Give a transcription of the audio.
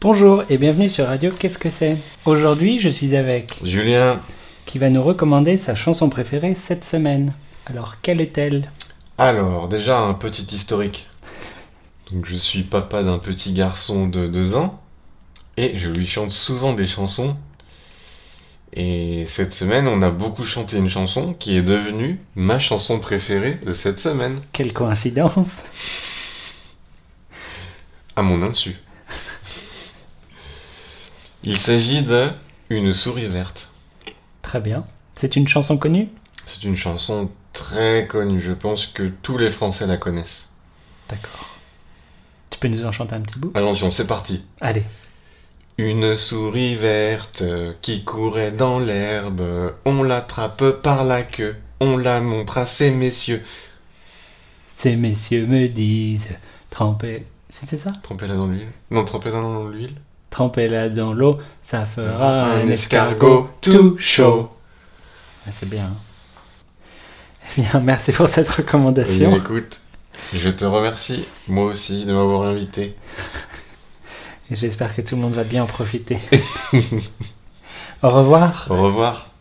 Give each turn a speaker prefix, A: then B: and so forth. A: Bonjour et bienvenue sur Radio Qu'est-ce que c'est Aujourd'hui, je suis avec
B: Julien,
A: qui va nous recommander sa chanson préférée cette semaine. Alors, quelle est-elle
B: alors déjà un petit historique. Donc je suis papa d'un petit garçon de 2 ans et je lui chante souvent des chansons. Et cette semaine, on a beaucoup chanté une chanson qui est devenue ma chanson préférée de cette semaine,
A: Quelle coïncidence
B: à mon insu. Il s'agit de Une souris verte.
A: Très bien. C'est une chanson connue
B: C'est une chanson très connue, je pense que tous les Français la connaissent.
A: D'accord. Tu peux nous en chanter un petit bout
B: Attention, c'est parti.
A: Allez.
B: Une souris verte qui courait dans l'herbe, on l'attrape par la queue, on la montre à ces messieurs.
A: Ces messieurs me disent, trempez... Si c'est ça
B: Trempez-la dans l'huile. Non, trempez-la dans l'huile.
A: Trempez-la dans l'eau, ça fera un,
B: Un
A: escargot
B: escargot
A: tout
B: tout
A: chaud. Ah, c'est bien. Eh bien, merci pour cette
B: Eh
A: recommandation.
B: bien, écoute, je te remercie, moi aussi, de m'avoir invité.
A: Et J'espère que tout le monde va bien en profiter. Au revoir.
B: Au revoir.